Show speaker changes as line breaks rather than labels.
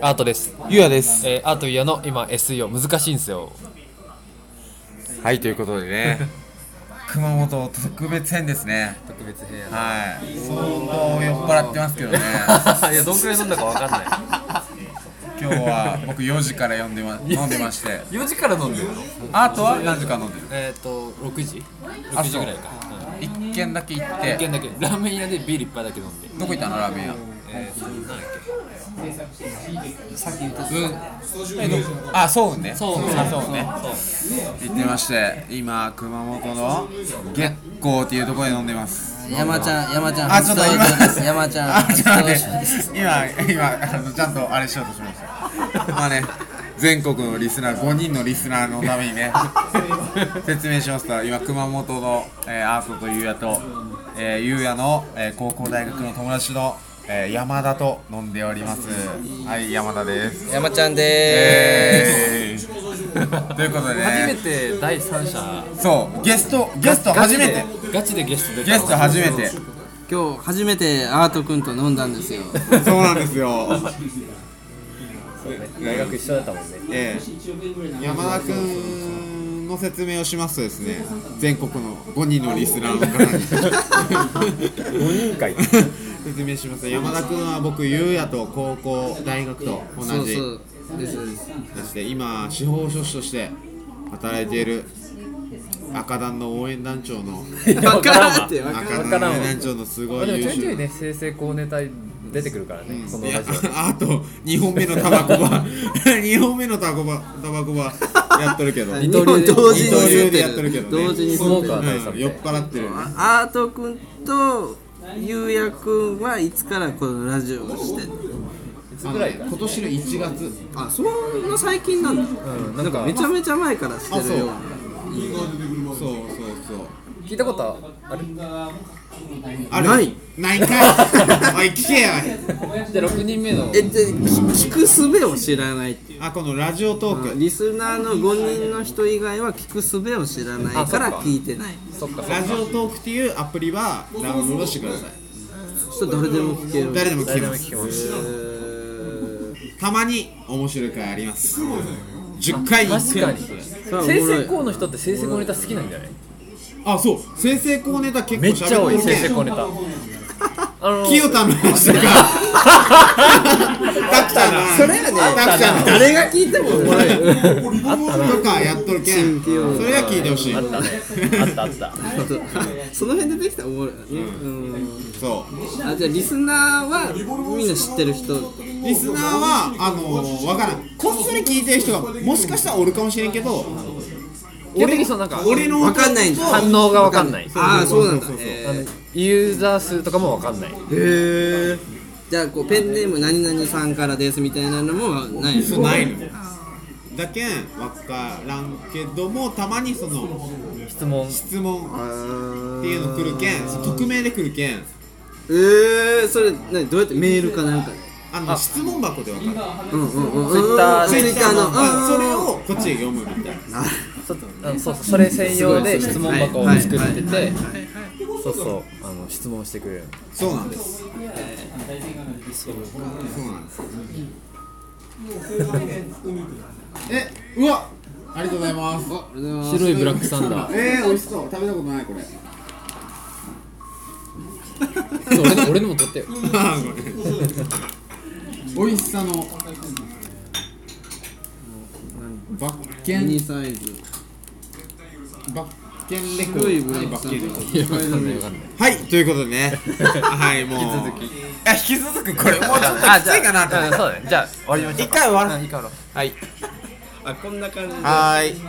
アートです、
ゆうやです。
えーアートイヤの今 SEO 難しいんですよ
はい、ということでね。 熊本特別編ですね。
特別部屋
はい。相当酔っ払ってますけど ね。
いやどんくらい飲んだかわかんない
今日は僕4時から読んでま、飲んでまして。
4時から飲んでるの
あとは何時間飲んでる
えっ、と6時6
あ
時
そう
ぐらいかうん
一軒だけ行っ
一軒
て。
だけラーメン屋でビール一杯だけ飲んで
どこ行ったのラーメン屋。
えー、となんだっ
あ、そうね。
けそう
あそうね。行ってまして、今熊本の月光っていうところで飲んでます。
山ちゃん、山ちゃん、
あ、ちょっと今
初登場です。 山ちゃん、
あ、ちょっと待って
初登場です。
今、今、あの、ちゃんとあれしようとしました。まあね、全国のリスナー、5人のリスナーのためにね、説明しますと、今、熊本の、えーアートとゆうやと、えー、ゆうやの、えー高校大学の友達の、えー山田と飲んでおります。はい、山田です。
山ちゃんで
えー、 ということで
初め
ね、
て第三者
そう、ゲスト、ゲスト初めて、
ガチでゲスト出た
ゲスト初めて。
ーす。今日初めてアートくんと飲んだんですよ。
そうなんですよ。
大学一緒だったもんね
ええ、山田君の説明をしますとですね全国の5人のリスナーの方に
5人会
説明しますと山田君は僕ゆうやと高校大学と同
そう
じ
そう。です。です
そして今司法書士として働いている赤団の応援団長の
バカーって、バカ
赤
ー
団の応援団長のすご
で
い
も
優
ちょいちょい
秀な
ね生成高ネタ出てくるからね、この
いや
ラジオ
あと2本目のタバコは2 本目のタバコはタバコはやってるけど
二刀流で
同時に吸ってる
同時に
スモ
吸
ーカー
ってる。
大佐
うん酔っ払ってるよね
アートくんとゆうやくんはいつからこのラジオをしてんの
今年の1月
あ、そんな最近なんだ。
うん、なんか
めちゃめちゃ前からし
あ
てるよう
そ
な。
うそうそう
聞いたことある
ある
ない
ないかいおい聞 けよ
じゃあ6人目の
え、で、聞く術を知らないっていう。
あこのラジオトーク
リスナーの5人の人以外は聞く術を知らないから聞いてない
そっかそっ
ラ
か
ジオトークっていうアプリはダウンロードしてください
人誰でも聞ける
誰でも聞けま
聞
す
きました
たまに面白い回あります10回に
確
1
か
回
に
そ
生成
れ
高の人って生成高ネタ好きなんじゃない
あそう先生高ネタ結構
めっちゃ多い
喋って
生成
るけん
高ネタあの
清田の話とかタクちゃんの話
それやね
タクちゃんの話
誰が聞いてもおもろいよ
とかやっとるけんそれは聞いてほしい
あったねあったあった
その辺でできたらおもろいよねうん
そ
あじゃあリスナーはみんな知ってる人
うリスナーはあのー、わからんこっそり聞いてる人がもしかしたらおるかもしれんけど
基本的にそうなんか
俺の
わかんないんだ
そう
反応がわかんない
ああそうなんだ
あの
へ
ユーザー数とかもわかんない
えじゃあこうペンネーム何々さんからですみたいなのもない
そうないのだけんわからんけどもたまにその
質問
質問っていうの来るけんその匿名で来るけん
ええそれ何どうやってメールかなんかで
あの質問箱でわかる
うんうんうんうん
ツイッター
ツイッターのうんうんうん
それをこっちで読むみたいな
そあのそうそうそれ専用で質問箱を作って
はいはい
てそうそうあの質問してくれる
そうなんですそうなんですえうわありがとうございます
白いブラックサンダー
えー、美味しそう食べたことないこれ
そう俺の俺のも取ってよ
美味しさのバッケ
ミニ
ン
サイズ
バッケンレコ
白い
ー
ブ
ド
ラ
はいバ
ックサ
ッケンレコード
ン
はいということでね はいもう引き続きいや引き続くこれもうちょっときついかなと
あじゃあ
思って
そうだねじゃあ終わりましょう
一回終わる
一回終わろう
はい
ダーあこんな感じ
はーい